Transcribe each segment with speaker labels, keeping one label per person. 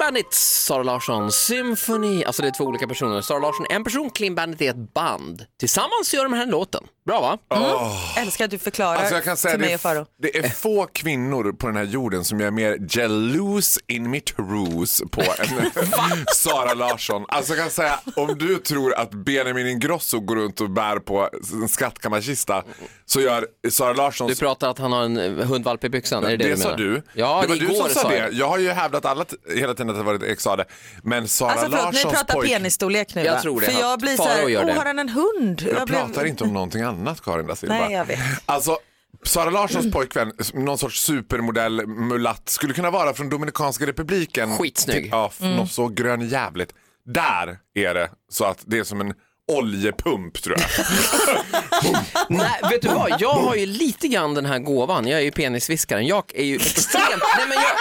Speaker 1: Bandit, Sara Larsson, Symphony. Alltså det är två olika personer. Sara Larsson en person, Clean Bandit är ett band. Tillsammans gör de här låten. Bra va?
Speaker 2: Älskar att du förklarar
Speaker 3: Alltså jag kan säga
Speaker 2: till
Speaker 3: det,
Speaker 2: mig och
Speaker 3: är,
Speaker 2: Faro.
Speaker 3: det är få kvinnor på den här jorden som jag är mer jaloux in my trues på än Sara Larsson. Alltså jag kan säga, om du tror att Benjamin Ingrosso går runt och bär på en skattkammarkista så gör Sara Larsson
Speaker 1: Du pratar att han har en eh, hundvalp i byxan, är det det,
Speaker 3: det
Speaker 1: du
Speaker 3: sa
Speaker 1: menar?
Speaker 3: du.
Speaker 1: Ja,
Speaker 3: det var
Speaker 1: igår
Speaker 3: du som sa det.
Speaker 1: jag.
Speaker 3: Jag har ju hävdat alla t- hela tiden att det var jag sa det. Men Sara
Speaker 2: Alltså förlåt, ni
Speaker 3: Larssons
Speaker 2: pratar
Speaker 3: pojk...
Speaker 2: penisstorlek nu
Speaker 1: Jag
Speaker 2: va?
Speaker 1: tror det,
Speaker 2: För
Speaker 1: han-
Speaker 2: jag blir så
Speaker 1: Faro
Speaker 2: här,
Speaker 1: gör
Speaker 2: oh,
Speaker 1: det.
Speaker 2: har han en hund?
Speaker 3: Jag pratar inte om någonting annat Karin da Silva.
Speaker 2: Nej, jag vet.
Speaker 3: Alltså, Sara Larssons pojkvän, någon sorts supermodell mulatt, skulle kunna vara från Dominikanska republiken.
Speaker 1: Skitsnygg.
Speaker 3: Ja, f- något så grön jävligt. Där är det så att det är som en oljepump tror jag.
Speaker 1: Nej, vet du vad? Jag har ju lite grann den här gåvan. Jag är ju penisviskaren. Jag är ju extremt... Nej, men jag...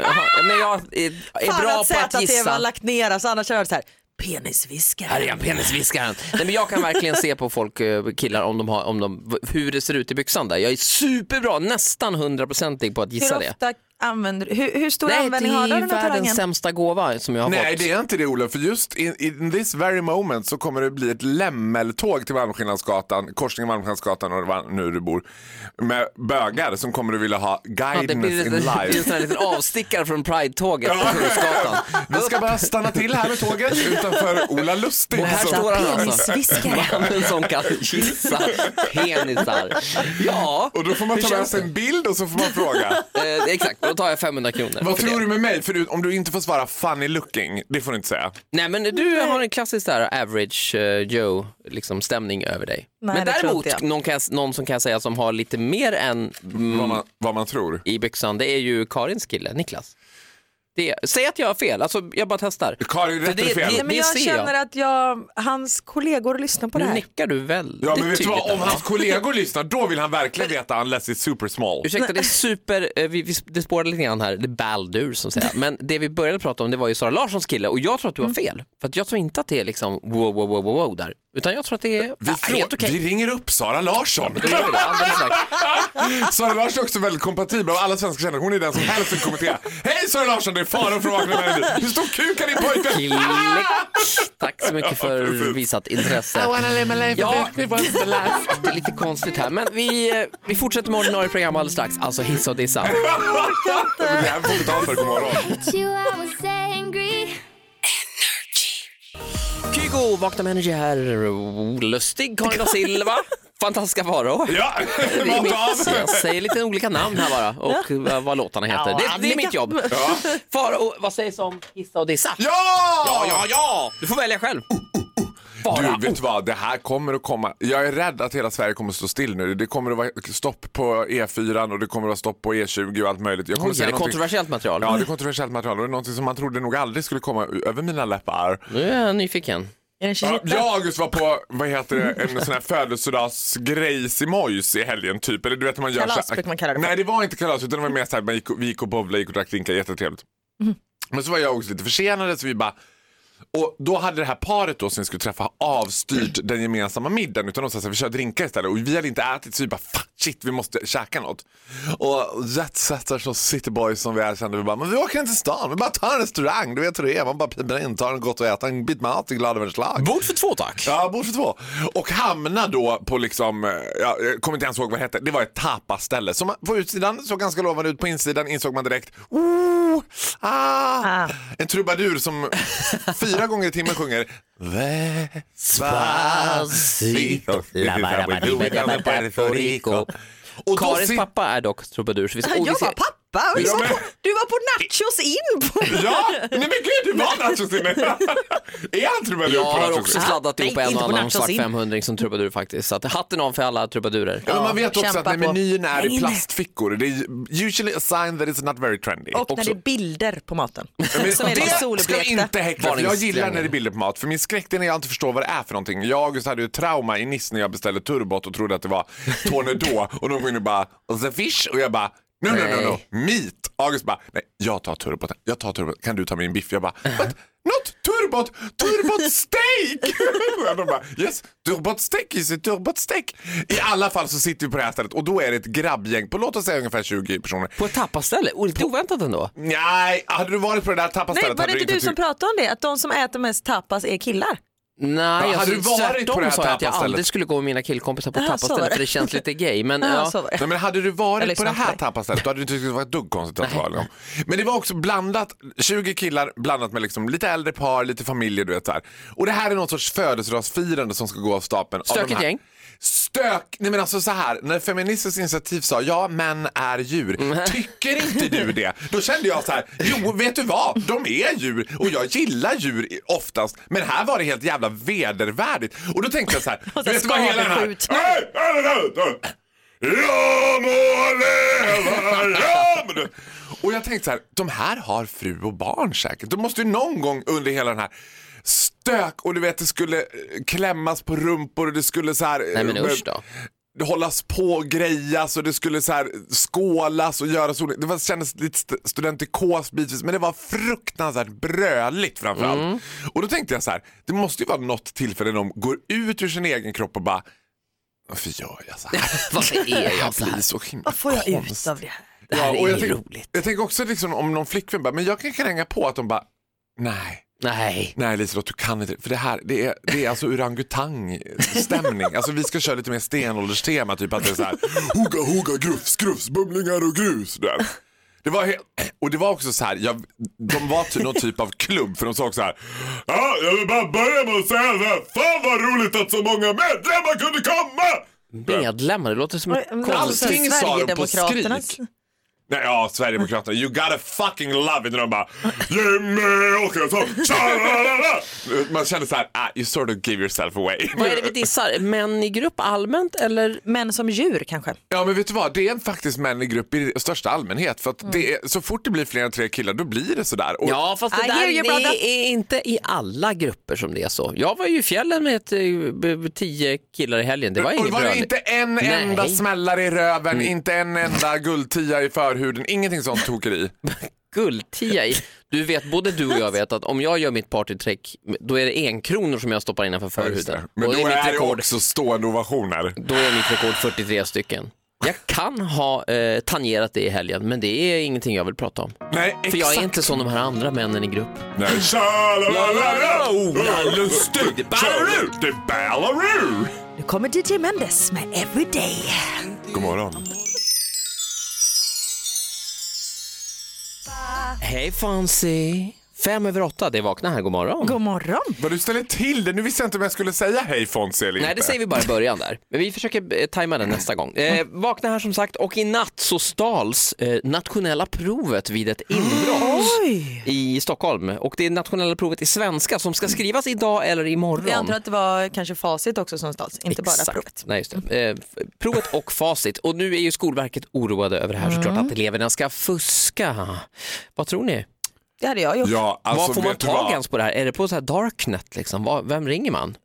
Speaker 1: Jaha, men jag är, är
Speaker 2: Fan
Speaker 1: bra
Speaker 2: att
Speaker 1: på att
Speaker 2: ZTV har
Speaker 1: gissa.
Speaker 2: lagt ner, alltså, annars hade jag varit så här,
Speaker 1: Här är
Speaker 2: penisviskare.
Speaker 1: jag, penisviskaren. Nej, men jag kan verkligen se på folk, eh, killar, om de har, om de, v- hur det ser ut i byxan där. Jag är superbra, nästan hundraprocentig på att
Speaker 2: Hur
Speaker 1: gissa det.
Speaker 2: ofta använder du, hur, hur stor
Speaker 1: Nej, det
Speaker 2: användning har du av
Speaker 1: är ju
Speaker 2: den här
Speaker 1: världens
Speaker 2: talangen?
Speaker 1: sämsta gåva som jag har
Speaker 3: Nej,
Speaker 1: fått.
Speaker 3: det är inte det Olof, för just in, in this very moment så kommer det bli ett lämmeltåg till Malmskillnadsgatan, korsningen Malmskillnadsgatan och var- nu du bor, med bögar som kommer att vilja ha
Speaker 1: Ja, det
Speaker 3: guidance
Speaker 1: blir
Speaker 3: in
Speaker 1: en, en
Speaker 3: life.
Speaker 1: sån här liten avstickare från Pride-tåget på Kungsgatan.
Speaker 3: Vi ska bara stanna till här med tåget utanför Ola Lustig.
Speaker 1: Och här
Speaker 3: som-
Speaker 1: står han alltså.
Speaker 2: Penisviskare.
Speaker 1: Mannen som kan gissa penisar. Ja,
Speaker 3: Och då får man
Speaker 1: hur
Speaker 3: ta med
Speaker 1: känns
Speaker 3: sig en bild och så får man fråga.
Speaker 1: det? Eh, exakt, då tar jag 500 kronor.
Speaker 3: Vad
Speaker 1: för
Speaker 3: tror
Speaker 1: det.
Speaker 3: du med mig? För du, om du inte får svara funny looking, det får du inte säga.
Speaker 1: Nej men du har en klassisk där average eh, Joe liksom, stämning över dig.
Speaker 2: Nej,
Speaker 1: men
Speaker 2: det tror inte
Speaker 1: däremot
Speaker 2: jag.
Speaker 1: någon, kan, jag s- någon som kan jag säga som har lite mer än mm,
Speaker 3: Vad, man, vad man tror.
Speaker 1: i byxan det är ju Karins kille Niklas. Det, säg att jag har fel, alltså jag bara testar.
Speaker 3: Karin,
Speaker 1: För
Speaker 3: rätt eller
Speaker 1: det-
Speaker 3: fel?
Speaker 1: det-
Speaker 2: Nej, men
Speaker 1: det
Speaker 2: jag
Speaker 1: ser
Speaker 2: känner
Speaker 1: jag.
Speaker 2: att jag, hans kollegor lyssnar på det
Speaker 1: Nu
Speaker 2: här.
Speaker 1: nickar du väldigt
Speaker 3: Ja men vet du vad,
Speaker 1: tydligt
Speaker 3: om
Speaker 1: där.
Speaker 3: hans kollegor lyssnar då vill han verkligen veta unless it's super small.
Speaker 1: Ursäkta, det är super, eh, vi, vi, det spårade lite grann här, det är baldur som säger. Men det vi började prata om det var ju Sara Larssons kille och jag tror att du
Speaker 2: Mm.
Speaker 1: har fel. För att jag tror inte att det är liksom wow, wow, wow, wow, wow där. Utan jag tror att det är
Speaker 3: Vi,
Speaker 1: ah, helt
Speaker 3: frå-
Speaker 1: okej.
Speaker 3: vi ringer upp Sara Larsson.
Speaker 1: Då gör vi det, alldeles strax.
Speaker 3: Sara Larsson är också väldigt kompatibel av alla svenska kändisar. Hon är den som helst vill kommentera. Hej Sara Larsson, det är Farao från Vakna med Energy. Hur stor kuk har din pojkvän?
Speaker 1: Klick. Tack så mycket för visat intresse. Ja, det är lite konstigt här, men vi, eh, vi fortsätter med ordinarie program alldeles strax. Alltså hissa och dissa.
Speaker 3: Det här får vi ta för, god morgon.
Speaker 4: At you, I was angry.
Speaker 1: Kygo, Vakna med Energy här. Oh, Lustig, Karin da Silva. Fantastiska Farao.
Speaker 3: Ja,
Speaker 1: Det är
Speaker 3: mat
Speaker 1: mitt,
Speaker 3: av.
Speaker 1: jag säger lite olika namn här bara och vad- vad låtarna heter. det, det är mitt jobb. Farao, vad sägs om hissa och dissa?
Speaker 3: Ja!
Speaker 1: ja, ja, ja! Du får välja själv. Farao.
Speaker 3: Du, vet du vad? Det här kommer att komma. Jag är rädd att hela Sverige kommer att stå still nu. Det kommer att vara stopp på E4 och det kommer att vara stopp på E20 och allt möjligt. Jag kommer
Speaker 1: Oj,
Speaker 3: säga
Speaker 1: är det
Speaker 3: någonting-
Speaker 1: kontroversiellt material?
Speaker 3: Ja, det är kontroversiellt material och det är någonting som man trodde nog aldrig skulle komma ö- över mina läppar.
Speaker 1: Nu är jag nyfiken.
Speaker 2: Är det en tjej?
Speaker 3: Ja, Jag och August var på vad heter det, en sån här födelsedagsgrej i Mojs i helgen typ. Eller du vet när man gör
Speaker 2: Kalas
Speaker 3: så här-
Speaker 2: brukar man kalla det för.
Speaker 3: Nej det var inte kalas utan det var mer så här, man gick och, vi gick och bowlade, gick och drack drinkar, jättetrevligt.
Speaker 2: Mm.
Speaker 3: Men så var jag och August lite försenade så vi bara och då hade det här paret då som vi skulle träffa avstyrt den gemensamma middagen utan de sa att vi kör drinkar istället och vi hade inte ätit så vi bara fuck shit vi måste käka något. Och jetsetars och cityboys som vi är kände vi bara men vi åker inte till stan vi bara tar en restaurang du vet hur det är man bara piper in tar en gott att äta en bit mat i glad över en slag.
Speaker 1: Bord för två tack.
Speaker 3: Ja, bord för två. Och hamna då på liksom, eh, ja, jag kommer inte ens ihåg vad det hette, det var ett tapaställe. Som man- på utsidan såg ganska lovande ut, på insidan insåg man direkt, oh, ah,
Speaker 2: Ah.
Speaker 3: en trubadur som fyra gånger i timmen sjunger Despacito. Och då
Speaker 1: Karins
Speaker 3: sit-
Speaker 1: pappa är dock trubadur. Så vi ska,
Speaker 2: Jag
Speaker 1: och vi
Speaker 2: var
Speaker 1: ser-
Speaker 2: pappa och
Speaker 3: Ja,
Speaker 2: du var
Speaker 3: men-
Speaker 2: på, du var på nachos in på
Speaker 3: Ja, nej men gud, det var Nacho Sinne. Är han trubadur
Speaker 1: jag
Speaker 3: på
Speaker 1: har
Speaker 3: Nacho
Speaker 1: också
Speaker 3: Sinne?
Speaker 1: sladdat ihop
Speaker 2: Nej,
Speaker 1: en
Speaker 2: inte
Speaker 1: och
Speaker 2: på
Speaker 1: annan
Speaker 2: nachos
Speaker 1: svart
Speaker 2: in.
Speaker 1: 500 som trubadur faktiskt. Så att hatten av för alla trubadurer.
Speaker 3: Ja, men man vet också
Speaker 2: kämpa
Speaker 3: att när
Speaker 2: på.
Speaker 3: menyn är
Speaker 2: Häng
Speaker 3: i
Speaker 2: in där.
Speaker 3: plastfickor, det är usually a sign that it's not very trendy.
Speaker 2: och när det är bilder på maten.
Speaker 3: Men
Speaker 2: Som är lite
Speaker 3: det ska
Speaker 2: solblekta.
Speaker 3: inte häckla, för jag gillar
Speaker 1: Varningstriangel.
Speaker 3: No, no, no, no.
Speaker 1: Nej.
Speaker 3: Meat. August bara, nej, jag tar turbot. Jag tar turbot. Kan du ta min biff? Jag bara,
Speaker 2: Uh-huh.
Speaker 3: what? Not turbot, turbot steak! Och de bara, yes, turbot steak is a turbot steak. I alla fall så sitter vi på det här stället och då är det ett grabbgäng på låt oss säga ungefär 20 personer.
Speaker 1: På ett tappaställe, och lite oväntat ändå.
Speaker 3: Nej, hade du varit på det där
Speaker 2: Nej,
Speaker 3: tapastället
Speaker 2: var det
Speaker 3: hade du
Speaker 2: inte du
Speaker 3: inte
Speaker 2: som
Speaker 3: tyckt...
Speaker 2: pratade om det? Att de som äter mest tapas är killar?
Speaker 1: Nej, alltså,
Speaker 3: hade du varit
Speaker 1: tvärtom
Speaker 3: på det här
Speaker 1: sa jag att jag
Speaker 3: tapastället?
Speaker 1: aldrig skulle gå med mina killkompisar på
Speaker 2: Jaha, så var
Speaker 1: tappastället
Speaker 2: det.
Speaker 1: för det känns lite gay. Men,
Speaker 2: Ja,
Speaker 1: ja.
Speaker 2: så var det.
Speaker 3: Nej, men hade du
Speaker 2: Eller
Speaker 3: varit på det
Speaker 2: snappar.
Speaker 3: här tappastället då hade du inte tyckt det var ett dugg konstigt att vara. Liksom. Men det var också blandat, 20 killar blandat med liksom lite äldre par, lite familjer du vet så här. Och det här är någon sorts födelsedagsfirande som ska gå av stapeln. av de
Speaker 1: Stökigt
Speaker 3: här-
Speaker 1: gäng.
Speaker 3: Stök, nej men alltså så här, när Feministiskt initiativ sa ja män är djur, tycker inte du det? Då kände jag så här, jo vet du vad, de är djur och jag gillar djur i- oftast men här var det helt jävla vedervärdigt. Och då tänkte jag så här,
Speaker 2: Och sen
Speaker 3: vet du vad hela den här...
Speaker 2: skadeskjut.
Speaker 3: Nej, nej, nej, nej. Jag må leva, jag må dö. Och jag tänkte så här, de här har fru och barn säkert. De måste ju någon gång under hela den här stök och du vet det skulle eh, klämmas på rumpor och det skulle så här... eh,
Speaker 1: Nej, men usch då.
Speaker 3: Det hållas på och grejas och det skulle så här skålas och göras olika. Det var, kändes lite st- studentikos bitvis men det var fruktansvärt bröligt framförallt.
Speaker 1: Mm.
Speaker 3: Och då tänkte jag så här, det måste ju vara något tillfälle när de går ut ur sin egen kropp och bara varför gör jag så här?
Speaker 1: Varför är jag
Speaker 3: Jag
Speaker 1: så här?
Speaker 3: blir så himla
Speaker 2: Vad får jag
Speaker 3: konstig.
Speaker 2: ut av det här?
Speaker 1: Det här
Speaker 3: och
Speaker 1: är
Speaker 3: jag
Speaker 1: inget
Speaker 3: tänk-
Speaker 1: roligt.
Speaker 3: Jag tänker också liksom om någon flickvän bara, men jag kan kränga på att de bara, nej,
Speaker 1: Nej.
Speaker 3: nej Liselott du kan inte, för det här det är, det är alltså orangutang-stämning. alltså vi ska köra lite mer stenålderstema, typ att det är så här, hugga hugga grufs grufs, bumlingar och grus. Där. Det var helt, och det var också så här, jag, de var till någon typ av klubb för de sa också så här, ja, jag vill bara börja med att säga så här, fan vad roligt att så många medlemmar kunde komma.
Speaker 1: Medlemmar, det låter som ett
Speaker 2: Men
Speaker 1: konstigt...
Speaker 3: Alls- Allting sa de på
Speaker 2: Sverigedemokraternas-
Speaker 3: skrik. Nej, ja, Sverigedemokraterna. You gotta fucking love it. Och de bara Jimmy Åkesson, tja-la-la-la." Man känner så här, ah, you sort of give yourself away.
Speaker 1: Vad är det vi dissar? Män i grupp allmänt eller?
Speaker 2: Men som djur kanske?
Speaker 3: Ja men vet du vad, det är faktiskt män i grupp i största allmänhet. För att det är, så fort det blir fler än tre killar då blir det sådär. Och
Speaker 1: Mm. Ja fast det
Speaker 2: I hear
Speaker 1: där
Speaker 2: you, brother.
Speaker 1: det är inte i alla grupper som det är så. Jag var ju i fjällen med ett, eh, b- b- tio killar i helgen, det var
Speaker 3: och det
Speaker 1: inget
Speaker 3: var det
Speaker 1: brölig.
Speaker 3: inte en
Speaker 1: Nej. Mm.
Speaker 3: enda smällare i röven, inte en enda guldtia i förhuden, ingenting sånt tokeri.
Speaker 1: guldtia i. Du vet, både du och jag vet att om jag gör mitt partytrick, då är det en kronor som jag stoppar innanför förhuden.
Speaker 3: Men
Speaker 1: och
Speaker 3: då
Speaker 1: mitt
Speaker 3: är det
Speaker 1: rekord,
Speaker 3: också stående ovationer.
Speaker 1: då är mitt rekord 43 stycken. Jag kan ha eh, tangerat det i helgen, men det är ingenting jag vill prata om. För
Speaker 3: Nej, exakt.
Speaker 1: jag är inte som de här andra männen i grupp.
Speaker 3: Nej. Tja-la-la-la-la!
Speaker 1: Ola Lustig, Ballaroo!
Speaker 3: Det är Ballaroo!
Speaker 2: Nu kommer DJ Mendes med Everyday.
Speaker 3: God morgon.
Speaker 1: Hej Fancy! Fem över åtta, det är vakna här, god morgon.
Speaker 2: God morgon.
Speaker 3: Vad du ställer till det. Nu visste jag inte om jag skulle säga hej Fonzie eller
Speaker 1: Nej,
Speaker 3: inte.
Speaker 1: det säger vi bara i början där. Men vi försöker eh, tajma den nästa gång. Eh, vakna här som sagt och i natt så stals eh, nationella provet vid ett inbrott.
Speaker 2: Oj.
Speaker 1: i Stockholm och det är nationella provet i svenska som ska skrivas idag eller imorgon.
Speaker 2: Jag antar att det var kanske facit också som stals, inte bara provet.
Speaker 1: Nej, just det. Eh, f- provet och facit. Och nu är ju Skolverket oroade över det här såklart, att eleverna ska fuska. Vad tror ni?
Speaker 2: Det hade jag gjort.
Speaker 3: Ja, alltså,
Speaker 1: Vad får man
Speaker 3: vet du
Speaker 1: tag
Speaker 3: vad?
Speaker 1: i ens på det här? Är det på så här darknet liksom? Vad- vem ringer man?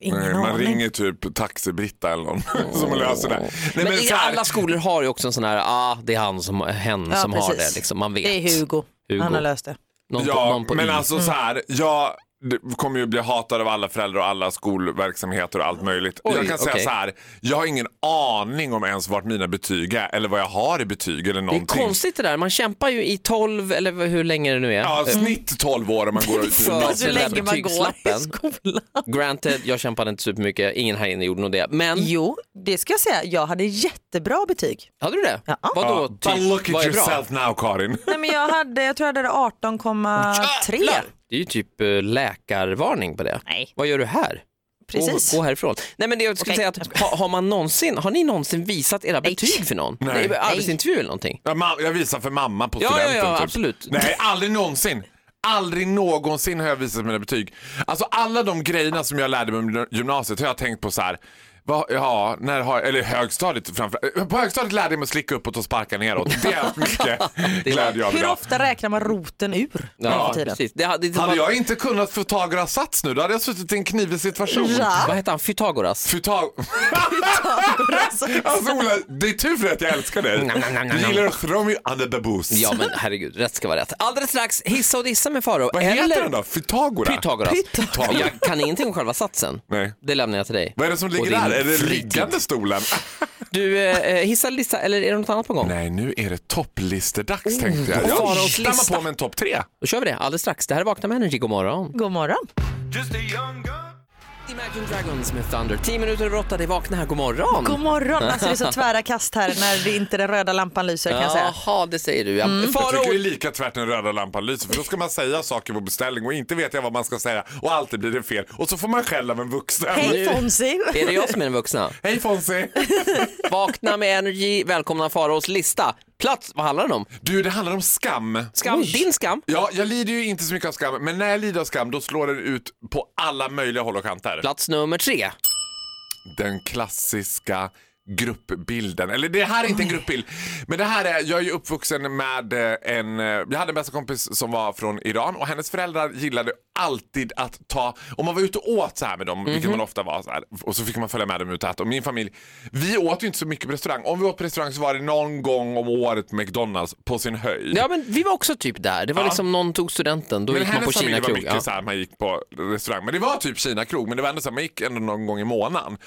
Speaker 2: Ingen
Speaker 3: Nej,
Speaker 2: aning.
Speaker 3: man ringer typ Taxi-Britta eller någon som löser det. Nej,
Speaker 1: Men, i
Speaker 3: så här-
Speaker 1: alla skolor har ju också en sån här, ah, det är han som, hen
Speaker 2: Ja,
Speaker 1: som har
Speaker 2: precis.
Speaker 1: det liksom. Man vet.
Speaker 2: Det är Hugo.
Speaker 1: Hugo.
Speaker 2: Han har löst det.
Speaker 1: Någon på,
Speaker 3: Ja,
Speaker 1: någon på
Speaker 3: men
Speaker 1: I. Mm.
Speaker 3: alltså så här, jag det kommer ju bli hatad av alla föräldrar och alla skolverksamheter och allt möjligt.
Speaker 1: Oj,
Speaker 3: jag kan säga
Speaker 1: okej.
Speaker 3: så här, jag har ingen aning om ens vart mina betyg är eller vad jag har i betyg eller
Speaker 1: det är
Speaker 3: någonting.
Speaker 1: konstigt det där, man kämpar ju i 12 eller hur länge det nu är.
Speaker 3: Ja, alltså- snitt 12 år om man går ut
Speaker 1: Mm. För-
Speaker 2: Så
Speaker 1: den där
Speaker 2: länge man går i
Speaker 1: betygslappen.
Speaker 2: skolan.
Speaker 1: Granted, jag kämpade inte supermycket, ingen här inne gjorde nog det. Men
Speaker 2: Jo, det ska jag säga. Jag hade jättebra betyg.
Speaker 1: Hade du det?
Speaker 2: Ja.
Speaker 1: Vadå?
Speaker 3: But look at
Speaker 1: typ vad är bra?
Speaker 3: yourself now Karin.
Speaker 2: Nej, men jag, hade, jag tror jag hade 18,3.
Speaker 1: Äh, Det är ju typ eh, läkarvarning på det.
Speaker 2: Nej.
Speaker 1: Vad gör du här?
Speaker 2: Precis.
Speaker 1: Gå, gå härifrån. Nej men det jag skulle
Speaker 2: Okej,
Speaker 1: säga att ha, har, man någonsin, har ni någonsin visat era betyg för någon?
Speaker 3: Nej.
Speaker 1: Nej. Arbetsintervju eller någonting?
Speaker 3: Ja, ma- Jag visar för mamma på
Speaker 1: Ja,
Speaker 3: studenten.
Speaker 1: ja, ja,
Speaker 3: typ.
Speaker 1: absolut.
Speaker 3: Nej, aldrig någonsin. Aldrig någonsin har jag visat mina betyg. Alltså alla de grejerna som jag lärde mig under gymnasiet har jag tänkt på så här. Va, ja, när har, eller högstadiet framför På högstadiet lärde jag mig att slicka uppåt och sparka neråt. Det är mycket glädje av
Speaker 2: Hur
Speaker 3: idag.
Speaker 2: ofta räknar man roten ur nu för tiden?
Speaker 1: precis. Det, hade- det,
Speaker 3: Hade
Speaker 1: var-
Speaker 3: jag inte kunnat Pythagoras sats nu, då hade jag suttit i en knivig situation.
Speaker 2: Ja.
Speaker 1: Vad hette han? Pythagoras?
Speaker 3: Pythag... alltså Ola, det är tur för att jag älskar dig.
Speaker 1: Nam, nam, nam, nam,
Speaker 3: Du
Speaker 1: nam.
Speaker 3: gillar Romeo and the Baboons.
Speaker 1: Ja men herregud, rätt ska vara rätt. Alldeles strax, hissa och dissa med Faro
Speaker 3: Vad heter den då? Pythagora?
Speaker 1: Pythagoras.
Speaker 3: Pythagoras.
Speaker 1: Jag kan ingenting om själva satsen.
Speaker 3: Nej.
Speaker 1: Det lämnar jag till dig.
Speaker 3: Vad är det som
Speaker 1: Och
Speaker 3: ligger
Speaker 1: din
Speaker 3: där? Är det
Speaker 1: fritid.
Speaker 3: liggande stolen?
Speaker 1: Du, eh, hissa eller dissa, eller är det något annat på gång?
Speaker 3: Nej, nu är det topplistedags tänkte jag.
Speaker 1: oj.
Speaker 3: Jag
Speaker 1: Faros
Speaker 3: stammar
Speaker 1: lista.
Speaker 3: på med en topp tre.
Speaker 1: Då kör vi det alldeles strax. Det här är Vakna med Energy, god morgon.
Speaker 2: God morgon.
Speaker 1: Imagine Dragons med Thunder. 10 minuter över 8, det är Vakna här, god morgon.
Speaker 2: God morgon. Alltså det är så tvära kast här när det inte den röda lampan lyser kan jag säga.
Speaker 1: Jaha, det säger du ja.
Speaker 3: Jag tycker det är
Speaker 1: Mm. Faro,
Speaker 3: lika tvärt när röda lampan lyser för då ska man säga saker på beställning och inte vet jag vad man ska säga och alltid blir det fel och så får man skäll av en vuxen.
Speaker 2: Hej Fonzie.
Speaker 1: är det jag som är den vuxna?
Speaker 3: Hej Fonzie!
Speaker 1: Vakna med Energy, välkomna Faros lista. Plats, vad handlar den om?
Speaker 3: Du, det handlar om skam.
Speaker 1: Skam, din skam?
Speaker 3: Ja, jag lider ju inte så mycket av skam, men när jag lider av skam då slår den ut på alla möjliga håll och kanter.
Speaker 1: Plats nummer tre.
Speaker 3: Den klassiska gruppbilden. Eller det här är inte en gruppbild, men det här är, jag är ju uppvuxen med eh, en, eh, jag hade en bästa kompis som var från Iran och hennes föräldrar gillade alltid att ta, om man var ute och åt så här med dem, vilket man ofta var så här, och så fick man följa med dem ut och äta. Och min familj, vi åt ju inte så mycket på restaurang. Om vi åt på restaurang så var det någon gång om året McDonalds på sin höjd.
Speaker 1: Ja men vi var också typ där. Det var
Speaker 3: Ja.
Speaker 1: liksom någon tog studenten, då
Speaker 3: Men
Speaker 1: gick man på
Speaker 3: hennes familj
Speaker 1: Kina
Speaker 3: var
Speaker 1: krog.
Speaker 3: mycket
Speaker 1: Ja.
Speaker 3: så här, man gick på restaurang. Men det var typ Kina krog, men det var ändå så här, man gick ändå någon gång i månaden.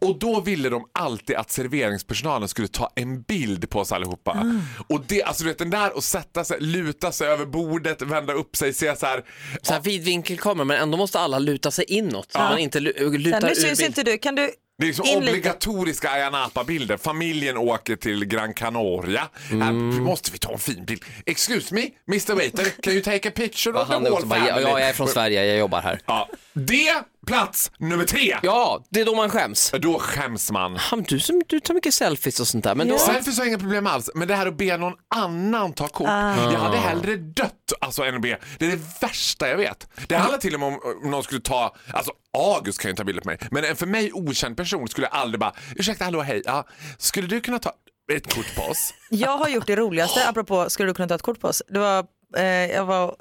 Speaker 3: Och då ville de alltid att serveringspersonalen skulle ta en bild på oss allihopa.
Speaker 1: Ah.
Speaker 3: Och det, alltså du vet den där och sätta sig, luta sig över bordet, vända upp sig, se så här.
Speaker 1: Så här vidvinkelkamera men ändå måste alla luta sig inåt. Så man inte lu-
Speaker 2: Sen,
Speaker 1: lutar
Speaker 2: nu
Speaker 1: ur
Speaker 2: syns
Speaker 1: bild.
Speaker 2: inte du. Kan du
Speaker 3: Det är liksom
Speaker 2: in lite?
Speaker 3: obligatoriska Ayia Napa-bilder. Familjen åker till Gran Canaria.
Speaker 1: Mm.
Speaker 3: Här måste vi ta en fin bild. Excuse me, Mr Waiter, can you take a picture
Speaker 1: Och
Speaker 3: of the
Speaker 1: Han är
Speaker 3: whole
Speaker 1: också bara, ja,
Speaker 3: family?
Speaker 1: jag är från Sverige, jag jobbar här.
Speaker 3: Ja, det, plats nummer tre.
Speaker 1: Ja, det är då man skäms.
Speaker 3: Då skäms man.
Speaker 1: Han, du, som, du tar mycket selfies och sånt där. Men då,
Speaker 3: Selfies har jag inga problem alls, men det här att be någon annan ta kort. Jag hade hellre dött alltså, än att be. Det är det värsta jag vet. Det handlar till och med om om någon skulle ta, alltså August kan ju ta bilder på mig, men en för mig okänd person skulle jag aldrig bara, ursäkta, hallå, hej, ja, skulle du kunna ta ett kort på oss?
Speaker 2: Jag har gjort det roligaste, apropå skulle du kunna ta ett kort på oss. Det var, eh, jag var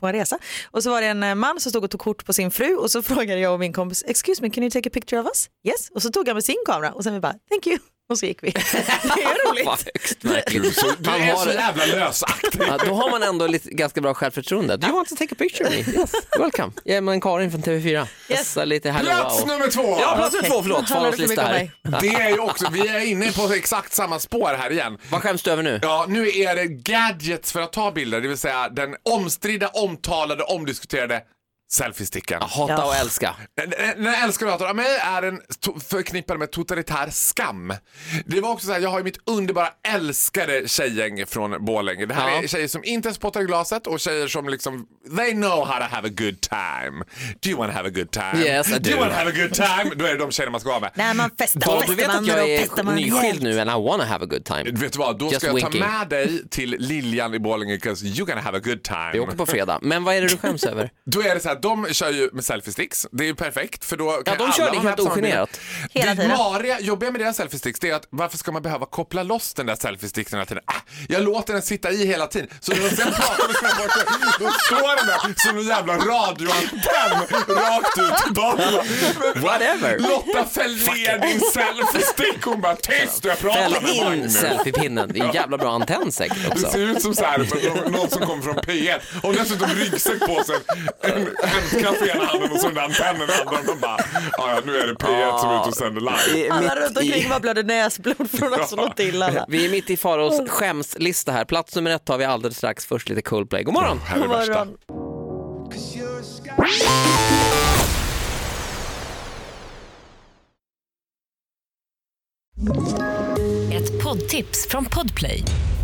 Speaker 2: på en resa och så var det en eh, man som stod och tog kort på sin fru och så frågade jag och min kompis, excuse me can you take a picture of us? Yes, och så tog han med sin kamera och sen vi bara, thank you. Och så gick vi. Det är
Speaker 1: Vad
Speaker 2: roligt.
Speaker 1: högst märkligt.
Speaker 3: Så, du
Speaker 1: Han
Speaker 3: är
Speaker 1: har
Speaker 3: så
Speaker 1: det.
Speaker 3: jävla lösaktig.
Speaker 1: Ja, då har man ändå lite, ganska bra självförtroende. Do you want to take a picture of me? Yes, welcome. Jag är man Karin från TV4. Yes. Lite hello,
Speaker 3: Plats
Speaker 1: wow.
Speaker 3: nummer två!
Speaker 1: Ja, plats nummer två, förlåt.
Speaker 2: Handlar
Speaker 1: Faros
Speaker 2: det för
Speaker 1: lista
Speaker 2: mycket om
Speaker 1: här.
Speaker 2: mig?
Speaker 3: Det är ju också, vi är inne på exakt samma spår här igen.
Speaker 1: Vad skäms du över nu?
Speaker 3: Ja, nu är det gadgets för att ta bilder, det vill säga den omstridda, omtalade, omdiskuterade selfiesticken.
Speaker 1: Hata och älska.
Speaker 3: Den- Den den älskar och hatar. Ja, men jag är en to- förknippad med totalitär skam. Det var också så här, jag har ju mitt underbara älskade tjejgäng från Borlänge. Det här
Speaker 1: Ja.
Speaker 3: är tjejer som inte spottar i glaset och tjejer som liksom, they know how to have a good time. Do you want to have a good time?
Speaker 1: Yes, I
Speaker 3: do. you
Speaker 1: do.
Speaker 3: want to have a good time? Då är det de tjejerna man ska vara med.
Speaker 2: När man festar,
Speaker 1: Faro,
Speaker 2: festar
Speaker 1: du vet att
Speaker 2: man
Speaker 1: jag
Speaker 2: och festar
Speaker 1: är
Speaker 2: man
Speaker 1: nyskild
Speaker 2: rejält.
Speaker 1: nu and I wanna have a good time.
Speaker 3: Vet du vad, då
Speaker 1: Just
Speaker 3: ska jag
Speaker 1: winking.
Speaker 3: ta med dig till Liljan i Borlänge 'cause you're gonna have a good time.
Speaker 1: Vi åker på fredag. Men vad är det du skäms över?
Speaker 3: Då är det så här, de kör ju med selfie-sticks. Det är ju perfekt för då kan
Speaker 1: Ja, de
Speaker 3: alla
Speaker 1: kör det
Speaker 3: vara
Speaker 1: helt
Speaker 3: med på samma bild.
Speaker 1: ogenerat.
Speaker 2: Hela
Speaker 3: det
Speaker 2: tiden.
Speaker 3: mariga, jobbiga med deras selfie-sticks det är att varför ska man behöva koppla loss den där selfie-sticken hela tiden? Ah, jag låter den sitta i hela tiden. Så när de sen pratar med sina folk, då står den där som en jävla radioantenn rakt ut i banan.
Speaker 1: Whatever.
Speaker 3: Lotta fäll ner din selfie-stick. Hon bara tyst, jag pratar
Speaker 1: Fäll
Speaker 3: med
Speaker 1: in
Speaker 3: Magnus.
Speaker 1: selfiepinnen. Det är en jävla bra antenn säkert
Speaker 3: Det
Speaker 1: också.
Speaker 3: ser ut som så här, men någon som kommer från P1 och dessutom ryggsäck på sig, en handskaff i ena handen och så den där antennen i andra. Man bara, "Ja, ja, nu är det P1 som är ute och sänder live.
Speaker 2: Alla runt omkring bara blödde näsblod från oss och låg till alla.
Speaker 1: Vi är mitt i Faros skämslista här. Plats nummer ett tar vi alldeles strax. Först lite Coldplay. God morgon!
Speaker 3: Här är det värsta.
Speaker 2: morgon.
Speaker 5: Ett poddtips från Podplay.